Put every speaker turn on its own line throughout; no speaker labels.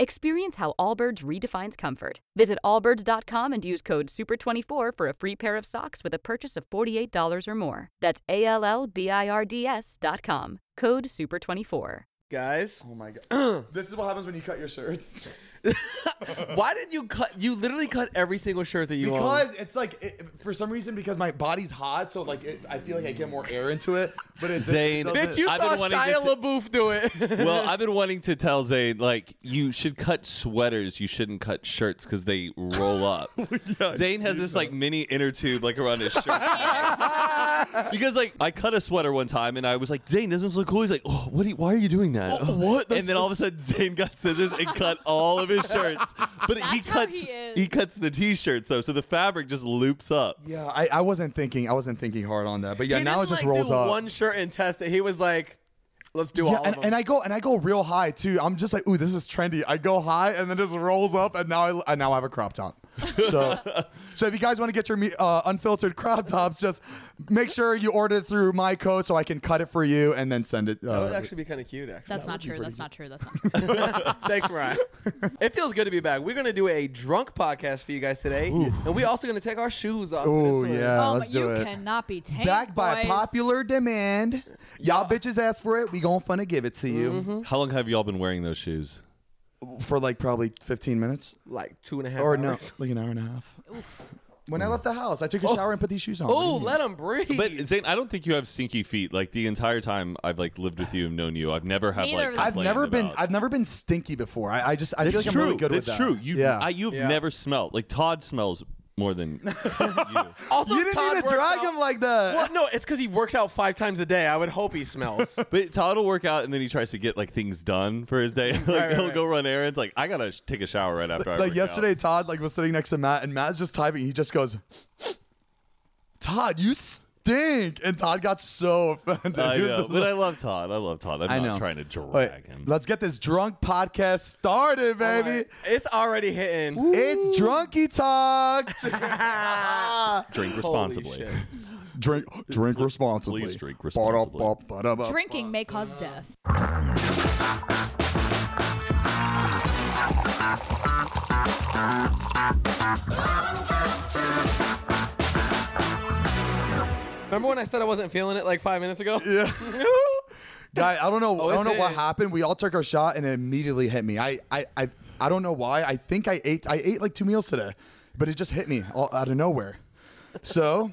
Experience how Allbirds redefines comfort. Visit allbirds.com and use code SUPER24 for a free pair of socks with a purchase of $48 or more. That's A L L B I R D S.com. Code SUPER24.
Guys,
Oh my god. this is what happens when you cut your shirts.
why did you cut? You literally cut every single shirt that you own.
Because it's like it, for some reason because my body's hot, so like it, I feel like I get more air into it. But it's
Zayn,
Bitch, you
I've
saw
been wanting
Shia
to say-
LaBeouf do it.
well, I've been wanting to tell Zayn like you should cut sweaters. You shouldn't cut shirts because they roll up. Zayn has this like mini inner tube like around his shirt. because like I cut a sweater one time and I was like, Zayn, doesn't this look cool? He's like, Oh, what? do you- why are you doing that?
Oh, what?
and then all of a sudden, Zayn got scissors and cut all of his shirts. But he
That's how
cuts
he is.
he cuts the t-shirts though, so the fabric just loops up.
yeah, I, I wasn't thinking I wasn't thinking hard on that, but yeah,
He
now it
didn't,
just
like,
rolls
do
up.
One shirt and test it. He was like, "Let's do
yeah,
all
and,
of them."
and I go and I go real high too. I'm just like, ooh, this is trendy. I go high and then just rolls up, and now I and now I have a crop top. So, so if you guys want to get your me- uh, unfiltered crop tops, just make sure you order it through my code so I can cut it for you and then send it.
that
Uh,
would actually be kind of cute. Actually,
That's not true. That's not true. That's not true.
Thanks, Mariah. it feels good to be back. We're gonna do a drunk podcast for you guys today, and we're also gonna take our shoes off. uh, for this
ooh,
one.
yeah,
oh,
let's
but you
do it.
cannot be tamed.
Back by
boys.
popular demand, y'all bitches asked for it. We gonna funna give it to you
Mm-hmm.
How long have y'all been wearing those shoes?
for like probably 15 minutes
like two and a half
or no,
hours.
like an hour and a half. When I left the house, I took a shower and put these shoes on.
Oh,
What do you mean?
let him breathe.
But Zayn, I don't think you have stinky feet. Like the entire time I've like lived with you and known you, I've never had
Neither
like.
of them.
I've
complained
never been
about-
I've never been stinky before. I, I just I feel
It's
like
true.
I'm really good
It's
with that.
true. You,
yeah.
I, you've
Yeah.
never smelled like Todd smells more than
also,
you didn't
Todd
even
works
drag
out-
him like that.
Well, no, it's because he works out five times a day. I would hope he smells.
But Todd will work out and then he tries to get like things done for his day. like
right,
he'll
right.
go run errands. Like I gotta sh- take a shower right after I
Like
work
yesterday,
out.
Todd like was sitting next to Matt, and Matt's just typing. He just goes, "Todd, you stink!" And Todd got so offended.
I
He was
know,
just
but
like-
I love Todd. I love Todd. I'm
I
not
know.
trying to drag
Wait,
him.
let's get this drunk podcast started, baby.
it's already hitting.
It's drunky talk.
Drink
Holy
responsibly.
shit.
drink, drink responsibly.
Please drink responsibly.
Ba-da-ba-ba-da-ba.
Drinking may cause
Uh,
death.
Remember when I said I wasn't feeling it like five minutes ago?
Yeah. Guy, I don't know. I
it's
don't know what
it.
happened. We all took our shot and it immediately hit me. I, I, I, I don't know why. I think I ate. I ate like two meals today, but it just hit me all out of nowhere. So,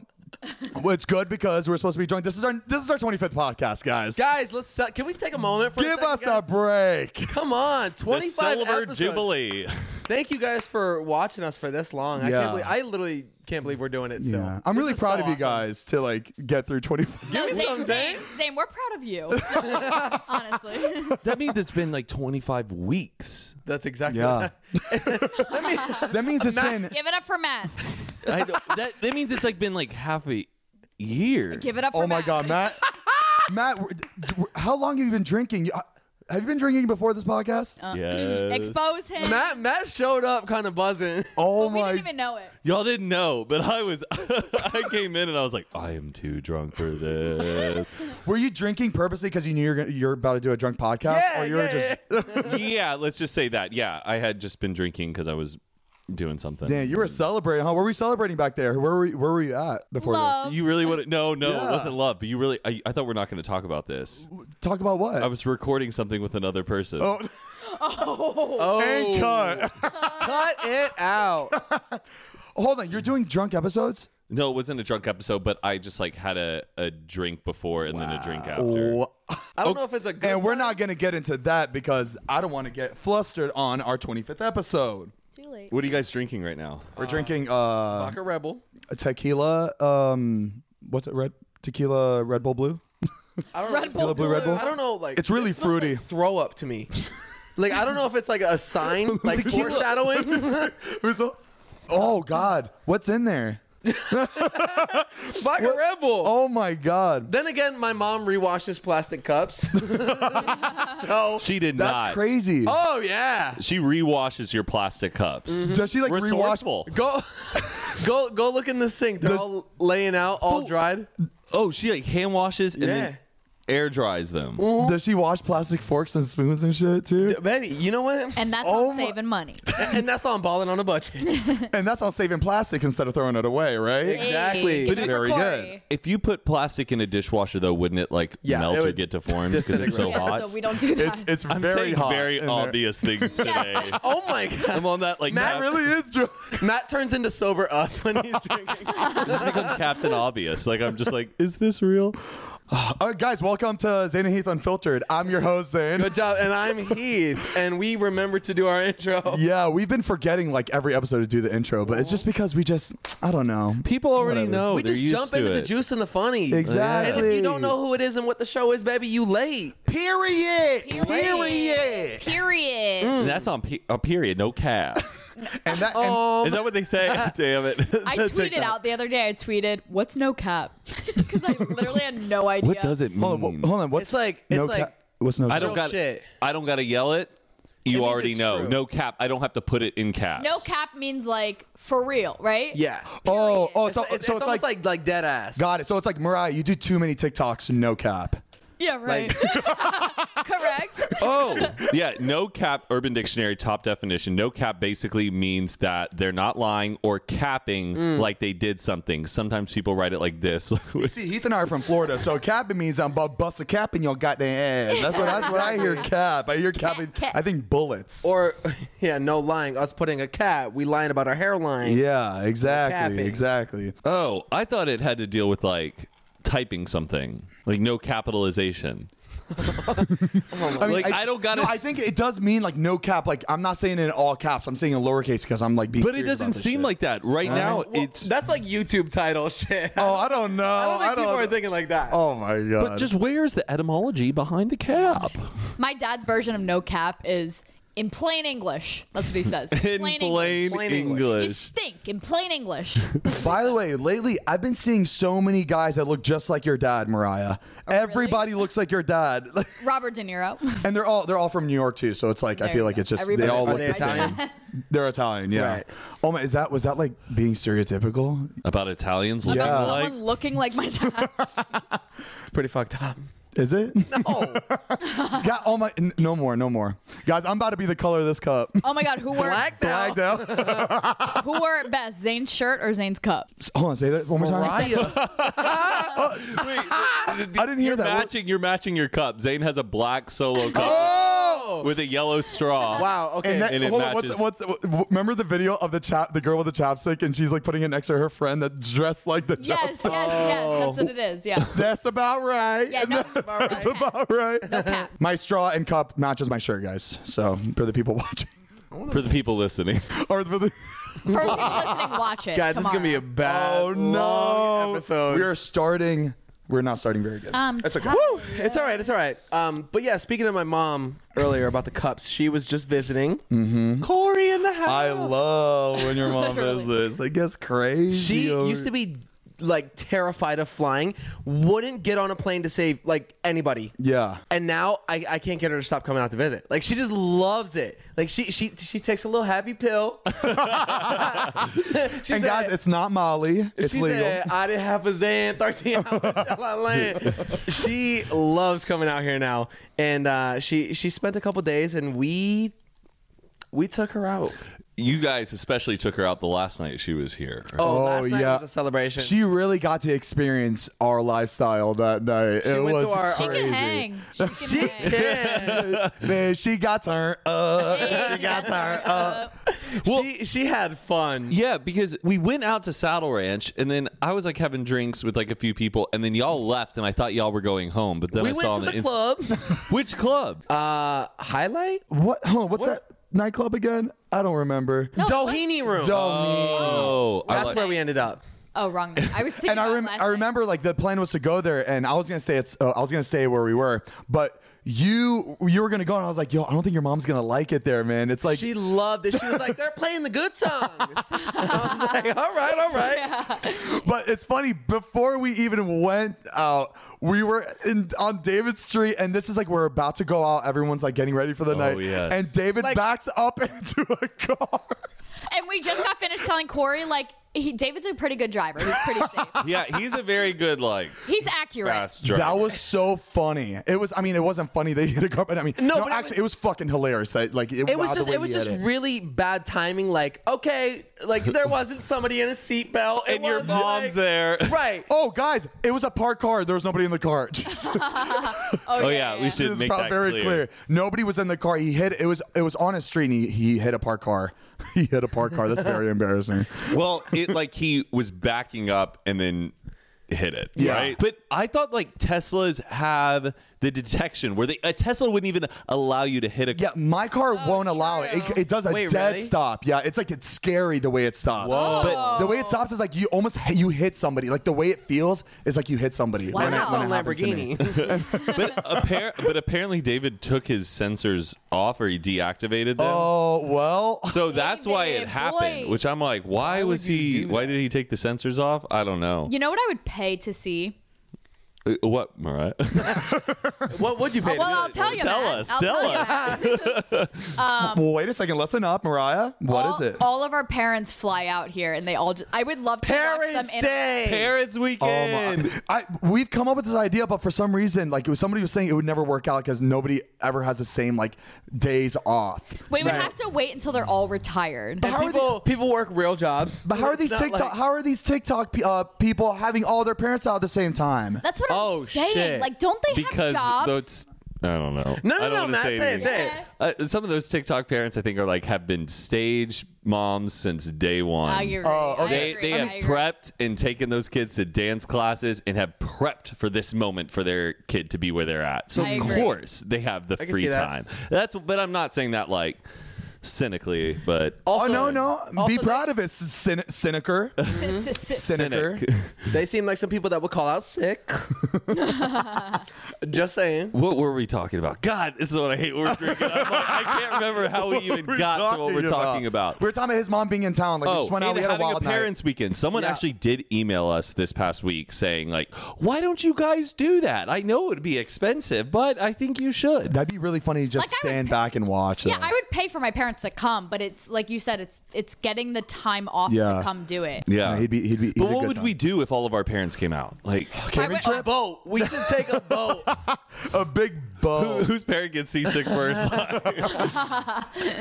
well, it's good because we're supposed to be drunk. This is our this is our 25th podcast, guys.
Guys, let's. se- Can we take a moment for a
Give
second,
us
guys?
a break.
Come on,
The
25
Silver
episodes.
Jubilee.
Thank you guys for watching us for this long. I
Yeah.
can't believe I literally can't believe we're doing it still.
Yeah. I'm
This
really
is so
proud of you
awesome.
guys to like get through 25.
No,
me some,
Zane, Zane, Zane, we're proud of you. Honestly.
that means it's been like 25 weeks.
That's exactly.
Yeah.
What
that means it's been.
Give it up for Matt.
I know, that that means it's like been like half a year.
Give it up for
Oh my
Matt.
God, Matt. Matt, we're- d- we're- how long have you been drinking? You- uh, Have you been drinking before this podcast?
Uh,
Yes.
Expose him.
Matt Matt showed up kind of buzzing.
oh
But we
my
didn't even know it.
Y'all didn't know, but I was. I came in and I was like, I am too drunk for this.
Were you drinking purposely because you knew you're gonna, you're about to do a drunk podcast,
Yeah,
or you were
yeah,
just
yeah, let's just say that. Yeah, I had just been drinking because I was doing something.
damn? You were celebrating, huh? Were we celebrating back there? Where were we, where were you at before
Love.
You really would no, no,
Yeah.
it wasn't love, but you really I, I thought we're not gonna talk about this.
this? Talk about what?
I was recording something with another person. Oh.
Oh,
and cut.
cut it out.
Hold on, you're doing drunk episodes.
No, it wasn't a drunk episode, but I just like had a, a drink before and then a drink after.
Wha-
I don't know if it's a good.
And we're
sign.
not gonna get into that because I don't want to get flustered on our 25th episode.
Too late.
What are you guys drinking right now?
We're drinking uh
Fuck a rebel.
tequila. Um, what's it? Red tequila, Red Bull Blue.
I don't
Red
know.
Bull
Blue, Red Bull?
I don't know. Like
It's really
it smells like
fruity.
throw up to me. Like I don't know if it's like a sign, like foreshadowing.
Who's the- Oh God, what's in there?
Fuck a Red Bull.
Oh my God,
Then again, my mom rewashes plastic cups. so,
She did
that's
not.
crazy.
oh yeah,
She rewashes your plastic cups.
Does she like rewash?
Resourceful.
go, go, go! Look in the sink. They're all laying out, all dried.
Oh, she like hand washes and then air dries them.
Does she wash plastic forks and spoons and shit too?
Baby, you know what?
And that's
Oh
on
my-
saving money.
And that's on balling on a budget.
And that's on saving plastic instead of throwing it away, right?
Exactly.
Hey,
But
good
it-
for
Very good.
Corey.
If you put plastic in a dishwasher, though, wouldn't it like
Yeah,
melt
it
or
would
get deformed because it's so
disintegrate.
Yeah,
hot?
so we don't do that.
It's it's
I'm
very
saying
hot.
very
in there.
obvious things today.
oh my god!
I'm on that like
Matt
That really is true.
Matt turns into sober us when he's drinking.
just become Captain Obvious. Like I'm just like, is this real?
All right, guys, welcome to Zane and Heath Unfiltered. I'm your host Zane.
Good job. And I'm Heath, and we remembered to do our intro.
Yeah, we've been forgetting like every episode to do the intro, but it's just because we just I don't know.
People already
Whatever.
know.
We
They're
just
used
jump
to
into the
it.
juice and the funny.
Exactly.
And if you don't know who it is and what the show is, baby, you late.
Period.
Period. Period.
Mm.
And that's on pe- a period, no cap.
And that and-
Um,
Is that what they say? Damn it!
I
That's
tweeted
TikTok.
out the other day. I tweeted, "What's no cap?" Because I literally had no idea.
What does it mean?
hold, on, wh- hold on, what's
It's like- it's
no
like-
ca- what's no
I
ca-
don't
No
got.
shit.
I don't got to yell it.
It
You
means
already
it's
know.
true.
No cap. I don't have to put it in caps.
No cap means like for real, right?
yeah.
Oh, oh, so
It's, it's,
so it's,
almost
like,
like, like dead ass.
got it. So it's like Mariah, you do too many TikToks, no cap.
Yeah. Right. Correct.
Oh, yeah. No cap. Urban Dictionary top definition. No cap basically means that they're not lying or capping
Mm.
like they did something. Sometimes people write it like this.
See, Heath and I are from Florida, so capping means I'm about to bust a cap in your goddamn ass. That's what that's what I hear cap. I hear capping.
cap.
I think bullets.
Or yeah, no lying. Us putting a cat. We lying about our hairline.
yeah, exactly,
Capping.
exactly.
oh, I thought it had to deal with like typing something, like no capitalization.
I, mean,
Like, I don't gotta
No, I
s-
think it does mean like no cap. Like I'm not saying it in all caps. I'm saying in lowercase because I'm like being.
But it
serious about
doesn't
this
seem
shit.
like that right now.
Well,
it's
that's like YouTube title shit.
Oh, I don't know.
I don't think people are thinking like that.
Oh my god.
but just where's the etymology behind the cap?
My dad's version of no cap is in plain English. That's what he says.
In plain,
English.
Plain English.
You
English.
stink in plain English.
By the way, lately I've been seeing so many guys that look just like your dad, Mariah.
Oh,
Everybody looks like your dad,
Robert De Niro.
and they're all they're all from New York too. So it's like I
There
feel
you
like
go.
it's just
Everybody
they all
looks
look
like
the
my
same. They're Italian, yeah.
Right.
Oh my, is that was that like being stereotypical?
About Italians looking
Yeah.
like
Someone looking like my dad.
It's pretty fucked up.
Is it?
Oh,
God, oh my, n- no more, no more, guys. I'm about to be the color of this cup.
Oh my god, who wore
black now.
Blacked out.
who wore it best? Zane's shirt or Zane's cup?
Hold on, say that one more time.
Mariah.
I didn't hear
You're
that. What-
matching. You're matching your cup. Zane has a black solo cup with a yellow
Oh.
straw.
Wow. Okay.
Oh! And, that,
And it
hold on,
matches.
what's, what's w- remember the video of the chap, the girl with the chapstick, and she's like putting it next to her friend that's dressed like the
Yes, yes,
chapstick.
yes. That's what it is. Yeah.
That's about right.
Yeah, no, it's about
That's
right.
about right.
cap.
My straw and cup matches my shirt, guys. So for the people watching,
For the people listening,
or for the
For people listening, watch it.
God, this is gonna be a
tomorrow.
bad
Oh,
long episode.
we are starting. We're not starting very good.
Um,
That's okay.
Woo! It's all right. It's all right. Um, but yeah, speaking of my mom earlier about the cups, she was just visiting. Corey in the house.
Mm-hmm. I love when your mom
Literally.
does this. Like it's crazy.
She used to be like terrified of flying. Wouldn't get on a plane to save like anybody.
Yeah.
And now I, I can't get her to stop coming out to visit. Like she just loves it. Like she she she takes a little happy pill. she
And guys, it's not Molly. It's
she
legal.
said, I didn't have a Zan 13 hours till I land. She loves coming out here now. And uh, she she spent a couple days and we we took her out.
you guys especially took her out the last night she was here.
Oh,
Oh,
last night
yeah.
was a celebration.
she really got to experience our lifestyle that night. it
went to
was
our-
She
crazy.
can hang. She can
she
hang.
can.
Man, she got her. Uh, she got her. Uh.
she she had fun.
Yeah, because we went out to Saddle Ranch, and then I was like having drinks with like a few people, and then y'all left, and I thought y'all were going home, but then
We
I
went
saw
to
on
the
Inst-
club.
Which club?
Uh, highlight?
Oh, What? Hold on. What's that nightclub again? I don't remember.
No,
Doheny room.
Don't.
oh, I
That's
like-
where we ended up.
Oh, wrong. night. I was thinking.
and I,
about
rem-
last
I
night.
remember like the plan was to go there, and I was gonna stay at s- uh, I was gonna stay where we were, but you you were gonna go, and I was like, yo, I don't think your mom's gonna like it there, man. It's like
she loved it. She was like, "They're playing the good songs." I was like, "All right, all right."
But it's funny. Before we even went out, we were in on David Street, and this is like we're about to go out. Everyone's like getting ready for the night,
Oh, yes.
and David
Like-
backs up into a car.
And we just got finished telling Corey like he, David's a pretty good driver. He's pretty safe.
Yeah, he's a very good like
He's accurate.
fast driver.
That was so funny. It was. I mean, it wasn't funny. They hit a car, but I mean, no.
No, but it
actually, it was, fucking hilarious. I, like it,
It was
wow, the
just
way
it was
he
just
hit it.
really bad timing. Like, okay, like there wasn't somebody in a seatbelt, It
and your
was,
mom's
like-
there.
right?
Oh, guys, it was a parked car. There was nobody in the car. Jesus.
Oh yeah, we
It
should
was
make
probably
that
very
clear.
clear. Nobody was in the car. He hit. It was. It was on a street. and He he hit a parked car. He hit a parked car. That's very embarrassing.
Well, it like he was backing up and then hit it,
Yeah.
right? But I thought like Teslas have the detection where they a Tesla wouldn't even allow you to hit a
Yeah, my car
Oh,
won't allow it.
true.
it. It does a
Wait,
dead
really?
stop. Yeah, it's like it's scary the way it stops. But the way it stops is like you almost hit- you hit somebody. Like the way it feels is like you hit somebody.
Wow.
And
it-
that's
Wow.
on
happens to me.
Lamborghini.
but appar- but apparently David took his sensors off or he deactivated them.
Oh well.
Um,
so that's why it
David,
happened,
boy.
which I'm like, why, was he why did he take the sensors off? I don't know.
You know what I would pay to see?
Uh, What, Mariah?
what would you pay? to
Well,
do
I'll
that?
tell you.
Tell
Matt.
us,
I'll
tell
you
us.
that.
well, wait a second. Listen up, Mariah. What is
all,
it?
Oh,
All of our parents fly out here, and they all. Just, I would love to watch
Parents'
them. in-
Day.
Parents
Oh
weekend.
my! I we've come up with this idea, but for some reason, like it was somebody was saying, it would never work out because nobody ever has the same like days off.
we would
Right.
have to wait until they're all
And
retired.
How are
people people work real jobs.
But how are
It's
these
not
TikTok?
like-
how are these TikTok pe- uh, people having all their parents out at the same time?
That's what
Oh,
I'm saying.
shit.
Like, don't they
because
have jobs?
those I don't know.
No, no,
I don't
no,
wanna
Matt, say it,
anything.
say it.
Uh, some of those TikTok parents, I think, are like have been stage moms since day one.
I agree.
They, they have prepped and taken those kids to dance classes and have prepped for this moment for their kid to be where they're at. So
I
of
agree.
course they have the
can
free
see that.
time. That's but I'm not saying that like cynically, but
oh
Also,
no, no! Be
also
proud of it, cyn- cynicer. Cynicer.
They seem like some people that would call out sick. Just saying.
what were we talking about? God, this is what I hate. when We're drinking. I'm like, I can't remember how we even got to what we're talking about.
We were talking about his mom being in town. Like we just went out.
Oh, and
We had a
having
wild night.
parents weekend. Someone
Yeah.
actually did email us this past week saying like, "Why don't you guys do that? I know it would be expensive, but I think you should."
That'd be really funny to just
Like, I would
stand
pay-
back and watch.
Yeah,
though.
I would pay for my parents to come, but it's like you said, it's it's getting the time off
Yeah.
to come do it.
yeah,
No, he'd be- he'd be- he's
but
a
what
good
would
time.
we do if all of our parents came out? Like,
I would-
A boat. We should take a boat.
a big bow.
whose parent gets seasick first?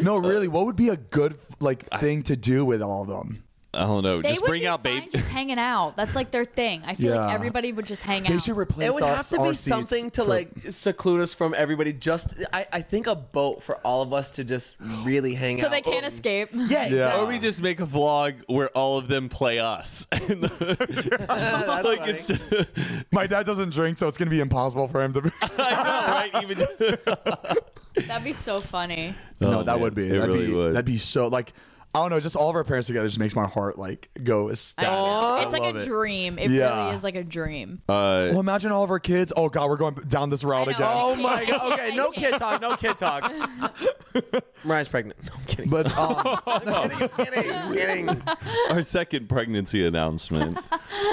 no, really. What would be a good like thing to do with all of them?
I don't know.
They
just
would
bring
be
out
fine
baby.
just hanging out. That's like their thing. I feel
Yeah.
like everybody would just hang
They
out.
should replace
It would have
us.
to be
our seats
something to
for-
like seclude us from everybody. Just I, I think a boat for all of us to just really hang out.
so they can't escape.
Yeah, exactly.
Or we just make a vlog where all of them play us. And the-
Oh,
That's
like
funny.
it's just
My dad doesn't drink, so it's gonna be impossible for him to.
I know, right? Even
That'd be so funny.
no,
Oh,
that
man,
would be.
it
that'd
really
be,
would.
That'd be so like. I don't know. Just all of our parents together just makes my heart like go ecstatic. Oh. I
it's like
love
a
it.
dream. It
Yeah.
really is like a dream.
Uh,
Well, imagine all of our kids. Oh God, we're going down this route
I know.
again.
Oh my god. Okay, no kid talk. No kid talk. Mariah's pregnant. No, I'm kidding.
But um,
I'm kidding. I'm kidding. I'm kidding.
our second pregnancy announcement.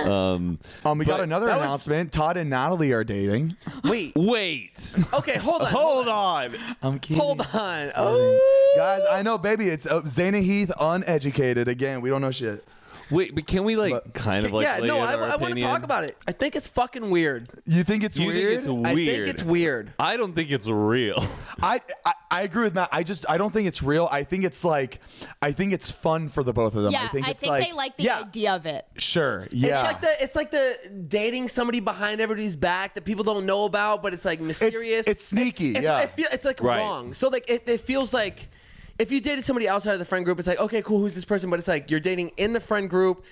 um, we got another
that was-
announcement. Todd and Natalie are dating.
Wait.
Wait,
Okay, hold on.
hold on.
I'm kidding.
Hold on. Oh.
Guys, I know, baby. It's uh, Zayna Heath, uneducated. Again, we don't know shit.
Wait, but can we like kind of like
yeah,
lay
no,
out
I,
our
I want to
opinion?
talk about it. I think it's fucking weird.
You think it's
You
weird?
think it's weird?
I think it's weird.
I don't think it's real.
I, I I agree with Matt. I just I don't think it's real. I think it's like, I think it's fun for the both of them.
yeah,
I think it's
they
like,
like the
yeah.
idea of it.
sure, yeah.
It's like the it's like the dating somebody behind everybody's back that people don't know about, but it's like mysterious.
it's sneaky,
It's,
yeah.
it feel, it's like
Right.
wrong. So like it, it feels like if you dated somebody outside of the friend group, it's like okay, cool, who's this person? But it's like you're dating in the friend group,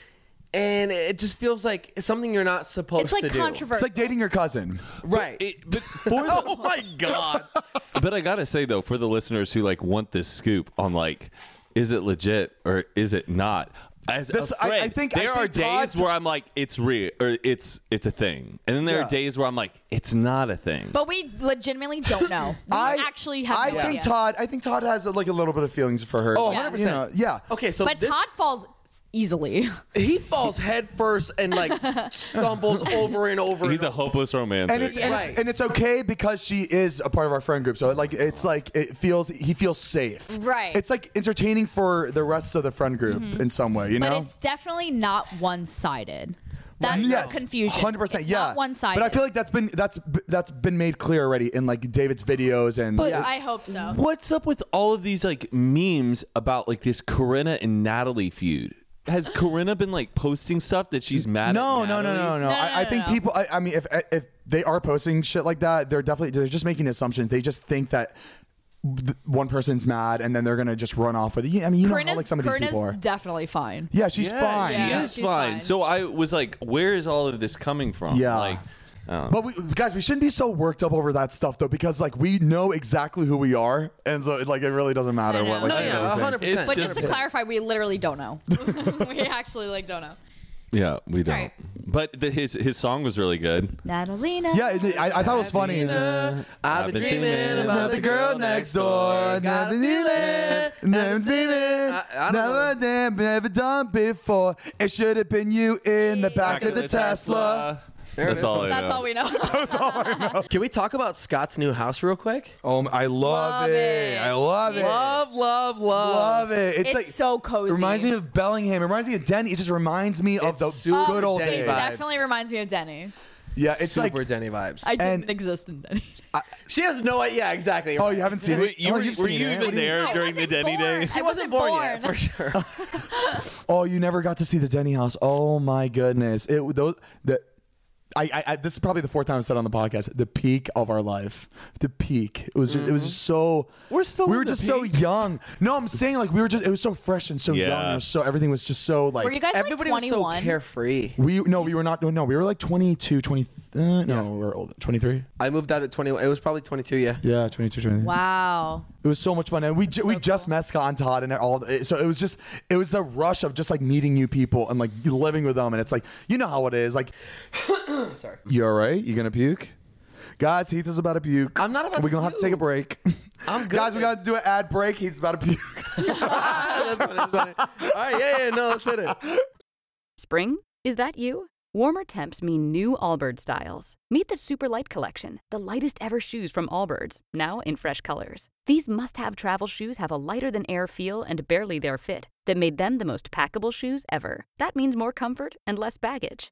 and it just feels like it's something you're not supposed
It's like
to do.
controversial.
it's like dating your cousin.
right?
It- but for the-
oh my god!
but I gotta say though, for the listeners who like want this scoop on like, is it legit or is it not? As
This-
a
I- I
friend,
think- I
there
think
are days
Todd-
where I'm like, it's real or it's it's a thing, and then there
Yeah.
are days where I'm like, it's not a thing.
But we legitimately don't know. We
I
actually have
I
no
think
idea.
Todd. I think Todd has uh, like a little bit of feelings for her.
Oh,
You
100%.
know, yeah.
Okay, so
But
this,
Todd falls easily.
he falls head first and like stumbles over and over.
He's
and
a hopeless romantic.
And it's, and,
Right.
it's, and it's okay because she is a part of our friend group. So like it's like it feels he feels safe.
Right. Mm-hmm.
It's like entertaining for the rest of the friend group in some way. You
But
know.
it's definitely not one sided. That's
yes,
the confusion.
Hundred percent.
It's
Yeah.
Not one sided.
But I feel like that's been that's that's been made clear already in like David's videos and.
But-
I hope so.
What's up with all of these like memes about like this Corinna and Natalie feud? Has Corinna been like posting stuff that she's mad
no,
at?
no, no,
Natalie?
no, no,
No, no,
I, I
no,
think
no.
people. I, I mean, if if they are posting shit like that, they're definitely they're just making assumptions. They just think that th- one person's mad, and then they're gonna just run off with it. I mean, you know how
Corinna's,
like some of these
Corinna's
people are.
definitely fine.
Yeah, she's fine.
She
Yeah.
is
She's
fine.
fine.
So I was like, where is all of this coming from?
Yeah.
Like,
But we, guys, we shouldn't be so worked up over that stuff though, because like we know exactly who we are, and so like it really doesn't matter
I
what.
know.
Like,
No,
anybody
yeah,
thinks.
100%.
It's
But just to
Yeah.
clarify, we literally don't know. we actually like don't know.
yeah, we don't.
right.
But the, his his song was really good.
Natalina.
Yeah, it- I, I thought it was funny.
I've been dreaming about the girl next door. Gotta feel it.
Never seen it.
I- I don't
Never done, never done before. It should have been you in the back of the Tesla.
There it
That's
is.
all. I
That's
know.
all we know.
Can we talk about Scott's new house real quick?
Oh, I love, it.
it.
I love it.
Love, love, love.
Love it. It's,
It's
like
so cozy.
Reminds me of Bellingham. It reminds me of Denny. It just reminds me of
It's
the
super
good old
Denny
days.
It
vibes.
definitely reminds me of Denny.
Yeah, it's
Super
like.
Denny vibes.
I didn't
And-
exist in Denny.
she has no idea. Yeah, exactly.
Oh, you haven't seen
Wait,
it.
you
oh,
were,
you've
were
seen
you
it.
even there
I
during the
wasn't
Denny
born.
days?
I
She wasn't born, yet, for sure.
Oh, you never got to see the Denny house. Oh my goodness! It those the. I, I, I this is probably the fourth time I've said on the podcast the peak of our life the peak it was just, it was just so
Mm-hmm. We're still
we
in
were
the
just so
peak.
young no I'm saying like we were just it was so fresh and so young
Yeah.
and so everything was just so like
Were you guys
Everybody
like
was so
21?
carefree.
we no we were not no we were like 22 20 uh, no we were old 23
I moved out at 21. It was probably 22, yeah.
yeah 22 23
wow.
It was so much fun, and we ju- we just met Scott and Todd and all. The, so it was just it was the rush of just like meeting new people and like living with them, and it's like you know how it is. Like, sorry, you all right? You gonna puke? Guys, Heath is about to puke.
I'm not about
We're
to
gonna have to take a
puke.
break.
I'm good.
Guys, we got to do an ad break. Heath's about to puke.
That's funny, that's funny. All right, yeah, yeah, no, let's hit it.
Spring? Is that you? Warmer temps mean new Allbirds styles. Meet the Super Light Collection, the lightest ever shoes from Allbirds, now in fresh colors. These must have travel shoes have a lighter than air feel and barely their fit that made them the most packable shoes ever. That means more comfort and less baggage.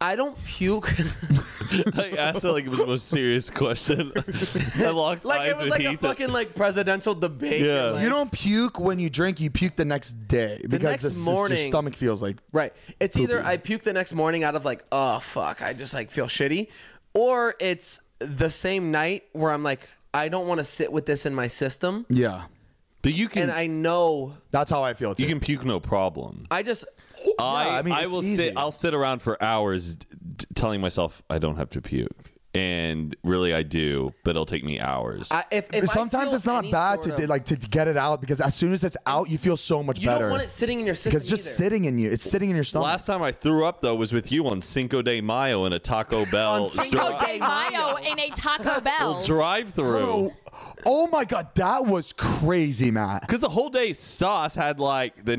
I don't puke.
I asked it like it was the most serious question. I locked
like
eyes
it was
with
like a
Heath.
fucking like presidential debate.
Yeah.
Like-
you don't puke when you drink. You puke the next day because
next
this is-
morning-
your stomach feels like.
Right. It's either I puke the next morning out of like, oh fuck, I just like feel shitty, or it's the same night where I'm like, I don't want to sit with this in my system,
Yeah,
but you can
and I know
that's how I feel. Too.
you can puke no problem.
I just
I,
I
I,
mean, it's
will
easy.
sit. I'll sit around for hours, d- d- telling myself I don't have to puke, and really I do, but it'll take me hours.
I, if, if I
Sometimes
feel
it's not
any
bad
sort
to
of-
like to get it out because as soon as it's out, you feel so much
You
better.
don't want it sitting in your system.
because just
either.
sitting in you, it's sitting in your stomach.
Last time I threw up though was with you on Cinco de Mayo in a Taco Bell
Cinco
Cinco
"Ah,
Dri-
de Mayo in a Taco Bell.
drive-through.
Oh my god, that was crazy, Matt.
Because the whole day, Stas had like the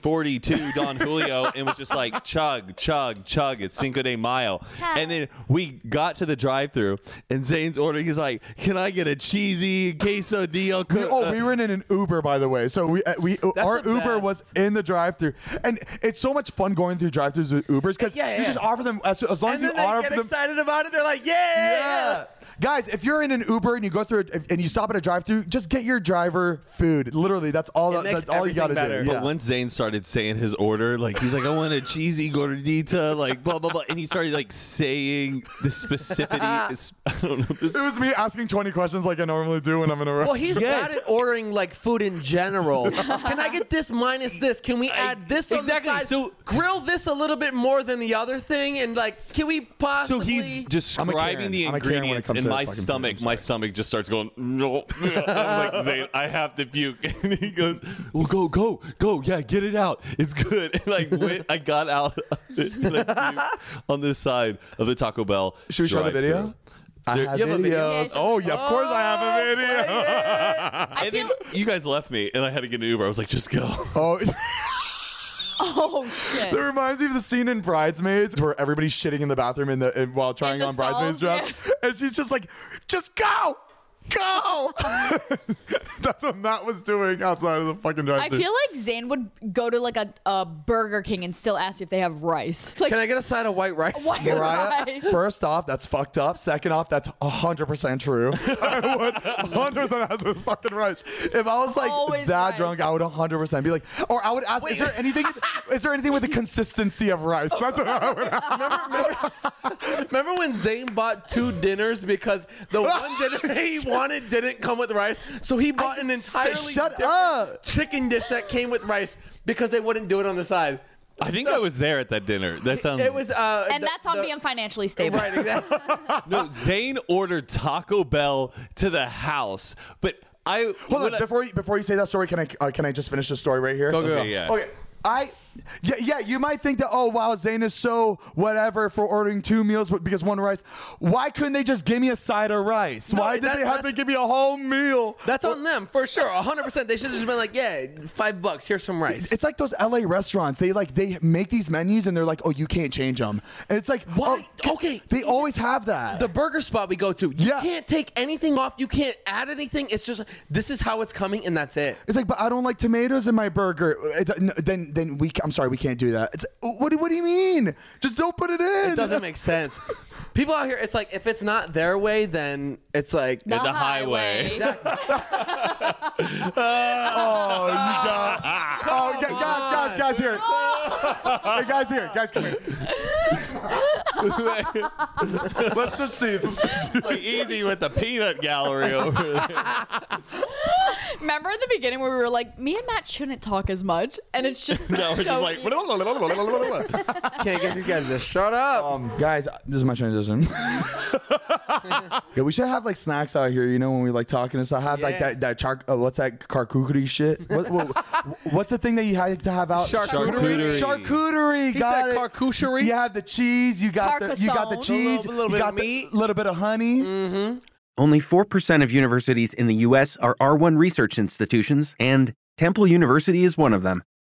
1942 Don Julio and was just like chug, chug, chug. It's Cinco de Mayo.
Chug.
And then we got to the drive thru and Zane's ordering. He's like, "Can I get a cheesy quesadilla?"
We- oh, we were in an Uber, by the way. So we uh, we our
the
Uber
best.
was in the drive-through, and it's so much fun going through drive-throughs with Ubers because
Yeah, yeah,
you
yeah.
just offer them as, as long
and
as
then
you
they
offer
get
them.
excited about it. They're like, yeah.
Yeah. Guys, if you're in an Uber and you go through a, and you stop at a drive-through, just get your driver food. Literally, that's all.
It
that-
makes
that's all you
everything
got to
better.
do.
But
Yeah.
once Zane started saying his order, like he's like, I want a cheesy gordita, like blah blah blah, and he started like saying the specificity. is- I don't know. This,
it was me asking 20 questions like I normally do when I'm in a restaurant.
Well, he's
Yes.
bad at ordering like food in general. Can I get this minus this? Can we add this on
exactly.
the side?
So-
grill this a little bit more than the other thing, and like, can we
so
possibly?
he's describing the
I'm a Karen when it
ingredients,
comes
and
to
my
fucking food,
stomach,
I'm
my stomach just starts going. No, I was like, Zane, I have to puke, and he goes, Well, go, go, go, yeah, get it out, it's good. And like, went, I got out of it, and I puked on this side of the Taco Bell.
Should we show the
drive-thru.
video? I have
you have a video?
videos.
Yes.
Oh yeah, of course I have a video.
I
And then
feel.
you guys left me, and I had to get an Uber. I was like, just go.
Oh,
Oh
that
shit.
reminds me of the scene in Bridesmaids where everybody's shitting in the bathroom in the in, while trying
the
on bridesmaids
stalls,
dress, and she's just like, "Just go, go." That's what Matt was doing outside of the fucking
I
drive-thru.
feel like Zane would go to like a, a Burger King and still ask if they have rice. Like
Can I get a side of white rice?
why?
Mariah,
rice?
first off, that's fucked up. Second off, that's 100% true. I would 100% ask this fucking rice. If I was like
Always
that
rice.
drunk, I would 100% be like, or I would ask, is there anything, is there anything with the consistency of rice? That's what I would ask.
Remember when Zane bought two dinners because the one dinner he wanted didn't come with rice, so he bought an entirely
Shut
different
up.
chicken dish that came with rice because they wouldn't do it on the side.
I think I was there at that dinner. That sounds.
It was uh,
and
the-
that's on
the-
being financially stable.
right. Exactly.
no. Zane ordered Taco Bell to the house, but I
Hold
when
on,
I-
before you, before you say that story, can I uh, can I just finish the story right here?
Go, go,
Okay, go. yeah.
Okay, I yeah yeah. You might think that oh wow, Zayn is so whatever for ordering two meals but- because one rice. Why couldn't they just give me a side of rice? Why did
that-
they have to
that's-
give me a whole meal?
That's on them for sure. 100%. They should have just been like, yeah, five bucks. Here's some rice.
It's like those LA restaurants. They like they make these menus and they're like, oh, you can't change them. And it's like,
Why?
oh,
Okay.
they always have that.
the burger spot we go to, you
Yeah.
can't take anything off. You can't add anything. It's just this is how it's coming, and that's it.
it's like, but I don't like tomatoes in my burger. It's, no, then, then we. I'm sorry, we can't do that. It's what? do- What do you mean? Just don't put it in.
It doesn't make sense. People out here, it's like if it's not their way, then it's like
The highway.
Oh, you got. Oh, g- guys, guys, guys, here. Hey, guys, here. Guys, come here. Let's just see. Let's just see.
like easy with the peanut gallery over there.
Remember in the beginning where we were like, me and Matt shouldn't talk as much, and it's just
No, we're
so
just like,
easy.
can't get these guys to shut up.
Um, guys, this is my transition. yeah, we should have like snacks out here, you know, when we like talking and stuff. Have like
Yeah.
that that char- uh, what's that charcuterie shit? What, what- what's the thing that you had to have out?
Charcuterie.
Charcuterie.
He
got
said
it.
carcucherie?
You have the cheese. You got the you got the
Carcassonne.
cheese.
A little- little
you
bit
got
of
the
meat. Mm.
little bit of honey.
Only 4% of universities in the U.S. are R1 research institutions, and Temple University is one of them.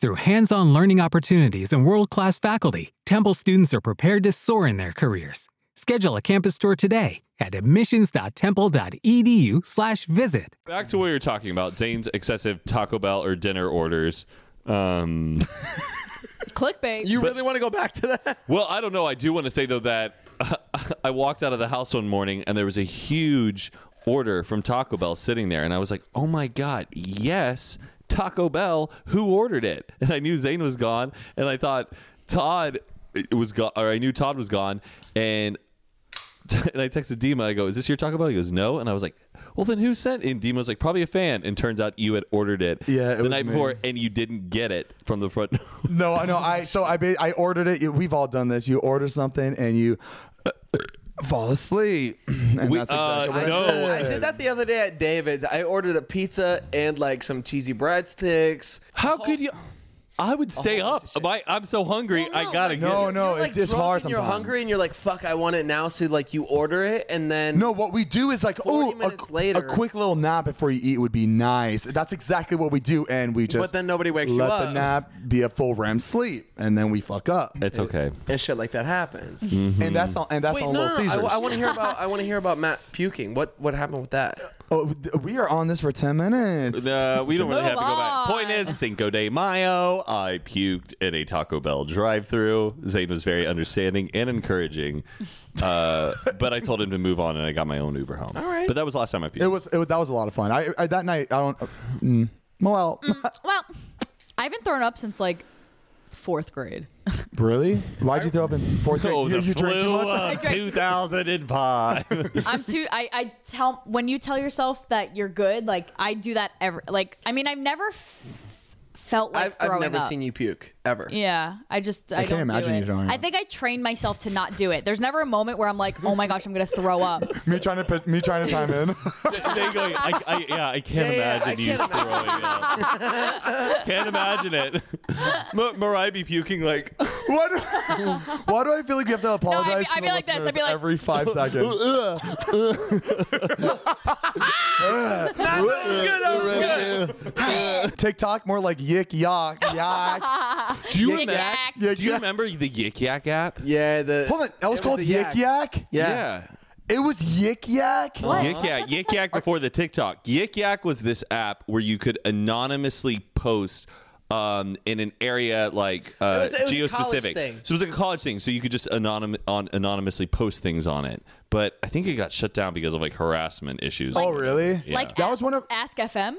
Through hands on learning opportunities and world class faculty, Temple students are prepared to soar in their careers. Schedule a campus tour today at E admissions.temple.edu/slash visit.
Back to what you're talking about, Zane's excessive Taco Bell or dinner orders. Um,
clickbait.
You really want to go back to that?
well, I don't know. I do want to say though that I walked out of the house one morning and there was a huge order from Taco Bell sitting there, and I was like, "Oh my god, yes, Taco Bell! Who ordered it?" And I knew Zane was gone, eh, and I thought Todd was gone, or I knew Todd was gone, and and I texted Dima. I go, "Is this your Taco Bell?" He goes, "No." And I was like, "Well, then who sent?" it?" And Dima was like, "Probably a fan." And turns out you had ordered it,
Yeah, it
the
was
night
me.
before, and you didn't get it from the front.
No, I know. I so I ba- I ordered it. You- We've all done this. You order something and you uh, fall asleep. And
We-
that's
uh,
exactly what
I
I
know.
did.
I did that the other day at David's. I ordered a pizza and like some cheesy breadsticks.
How could you? I would stay up. My, I'm so hungry.
Well, no,
I gotta
like-
get.
No,
it.
no,
You're, like,
it's just
drunk
hard
and
sometimes.
You're hungry and you're like, "Fuck, I want it now." So like, you order it and then
No, what we do is like,
40
oh,
minutes
a,
later.
a quick little nap before you eat would be nice. That's exactly what we do, and we just.
But then nobody wakes you
let
up.
the nap be a full REM sleep, and then we fuck up,
It's okay.
and shit like that happens.
and that's all. And that's
Wait,
on
no, no,
Little
no, I-
Caesars.
I, want to hear about. I want to hear about Matt puking. What what happened with that?
oh, th- we are on this for ten minutes.
Uh, we don't really have
Move
to go back.
on.
Point is, Cinco de Mayo, I puked in a Taco Bell drive-through. Zane was very understanding and encouraging, uh, but I told him to move on, and I got my own Uber home. All
right.
But that was last time I puked.
It was, it was that was a lot of fun. I, I that night I don't. Uh, mm, well,
Well, I haven't thrown up since like fourth grade.
really? Why'd you throw up in fourth grade?
Oh,
you
the
you drank too
flu
much.
of
I drank too-
2005.
I'm too. I, I tell when you tell yourself that you're good. Like I do that every. Like I mean, I've never f- felt like
I've,
throwing
I've never
up.
seen you puke ever.
Yeah, I just I,
can't
don't
imagine
do
you
it.
throwing
I
up.
think I trained myself to not do it. There's never a moment where I'm like, oh my gosh, I'm gonna throw up.
me trying to put, me trying to time in.
They go, I, I, yeah, I can't
Yeah, yeah, I
imagine you
can't
throwing up. can't imagine it. Ma- Mariah be puking like.
What? Why do I feel like you have to apologize
I'd
to
be
the
like this. I'd be
listeners
like-
every five seconds?
Nah, that was good, that was good.
TikTok more like yik yak yak.
Do you, remem-
Yik yak.
Yik
do you
yak.
remember the Yik Yak app?
Yeah, the
Hold on, that was
it
called
the
yik yak.
Yeah.
It was yik yak.
What?
Yik Yak.
What's that
Yik Yak before the TikTok. Yik Yak was this app where you could anonymously post um, in an area like uh,
was- it was a
geospecific.
college thing.
So it was like a college thing. So you could just anonym- on, anonymously post things on it. But I think it got shut down because of like harassment issues.
Oh really?
Yeah.
Like
That
ask,
was one of-
Ask FM.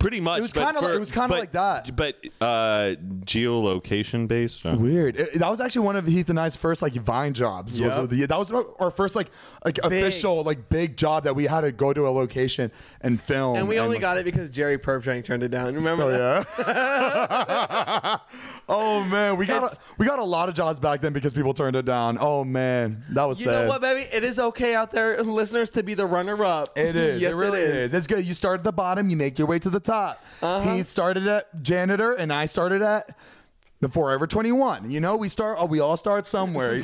Pretty much.
It was
but
kinda
for-
like- it was kinda
but-
like that.
But uh, geolocation based. Uh,
Weird. It- that was actually one of Heath and I's first like Vine jobs. was
Yeah.
with the- that was our first like like official like big job that we had to go to a location and film.
And we only
like-
got it because Jerry Pervshank turned it down. Remember?
Oh
that?
yeah. oh man, we got a, we got a lot of jobs back then because people turned it down. Oh man, that was
You
sad.
know what, baby? It is okay out there, listeners, to be the runner-up.
It is.
yes,
it really is. It's good. You start at the bottom, you make your way to the top. He
Uh-huh.
started at janitor, and I started at the Forever 21. You know, we start. oh, We all start somewhere.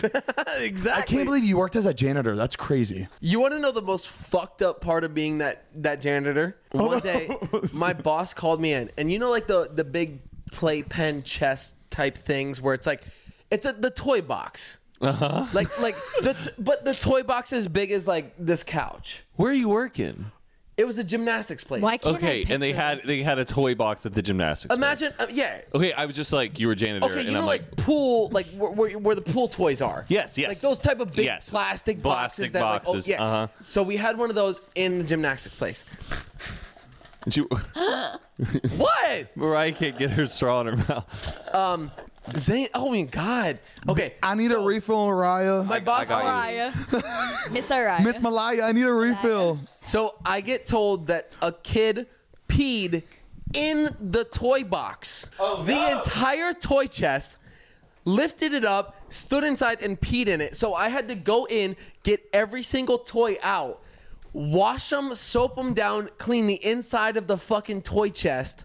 exactly.
I can't believe you worked as a janitor. That's crazy.
You want to know the most fucked up part of being that that janitor? One day, my boss called me in, and you know, like the the big playpen chest type things where it's like, it's a, the toy box. Uh-huh. Like like the t- but the toy box is big as like this couch.
Where are you working?
It was a gymnastics place.
Why can't I
Okay, and they
picture
had
this?
they had a toy box at the gymnastics. place.
Imagine, uh, yeah.
Okay, I was just like you were janitor,
Okay, you
and
know,
I'm
like, pool, like where, where, where the pool toys are.
Yes, yes.
Like those type of big
Yes.
plastic boxes
Plastic
that,
boxes,
like, oh, yeah.
uh-huh.
So we had one of those in the gymnastics place.
Did you-
What?
Mariah can't get her straw in her mouth.
Zane, oh my god. Okay,
I need a refill, Mariah.
my boss.
got you.
Mariah. Miss Mariah.
Miss Malaya, I need a refill.
So I get told that a kid peed in the toy box. the entire toy chest, lifted it up, stood inside, and peed in it. So I had to go in, get every single toy out, wash them, soap them down, clean the inside of the fucking toy chest,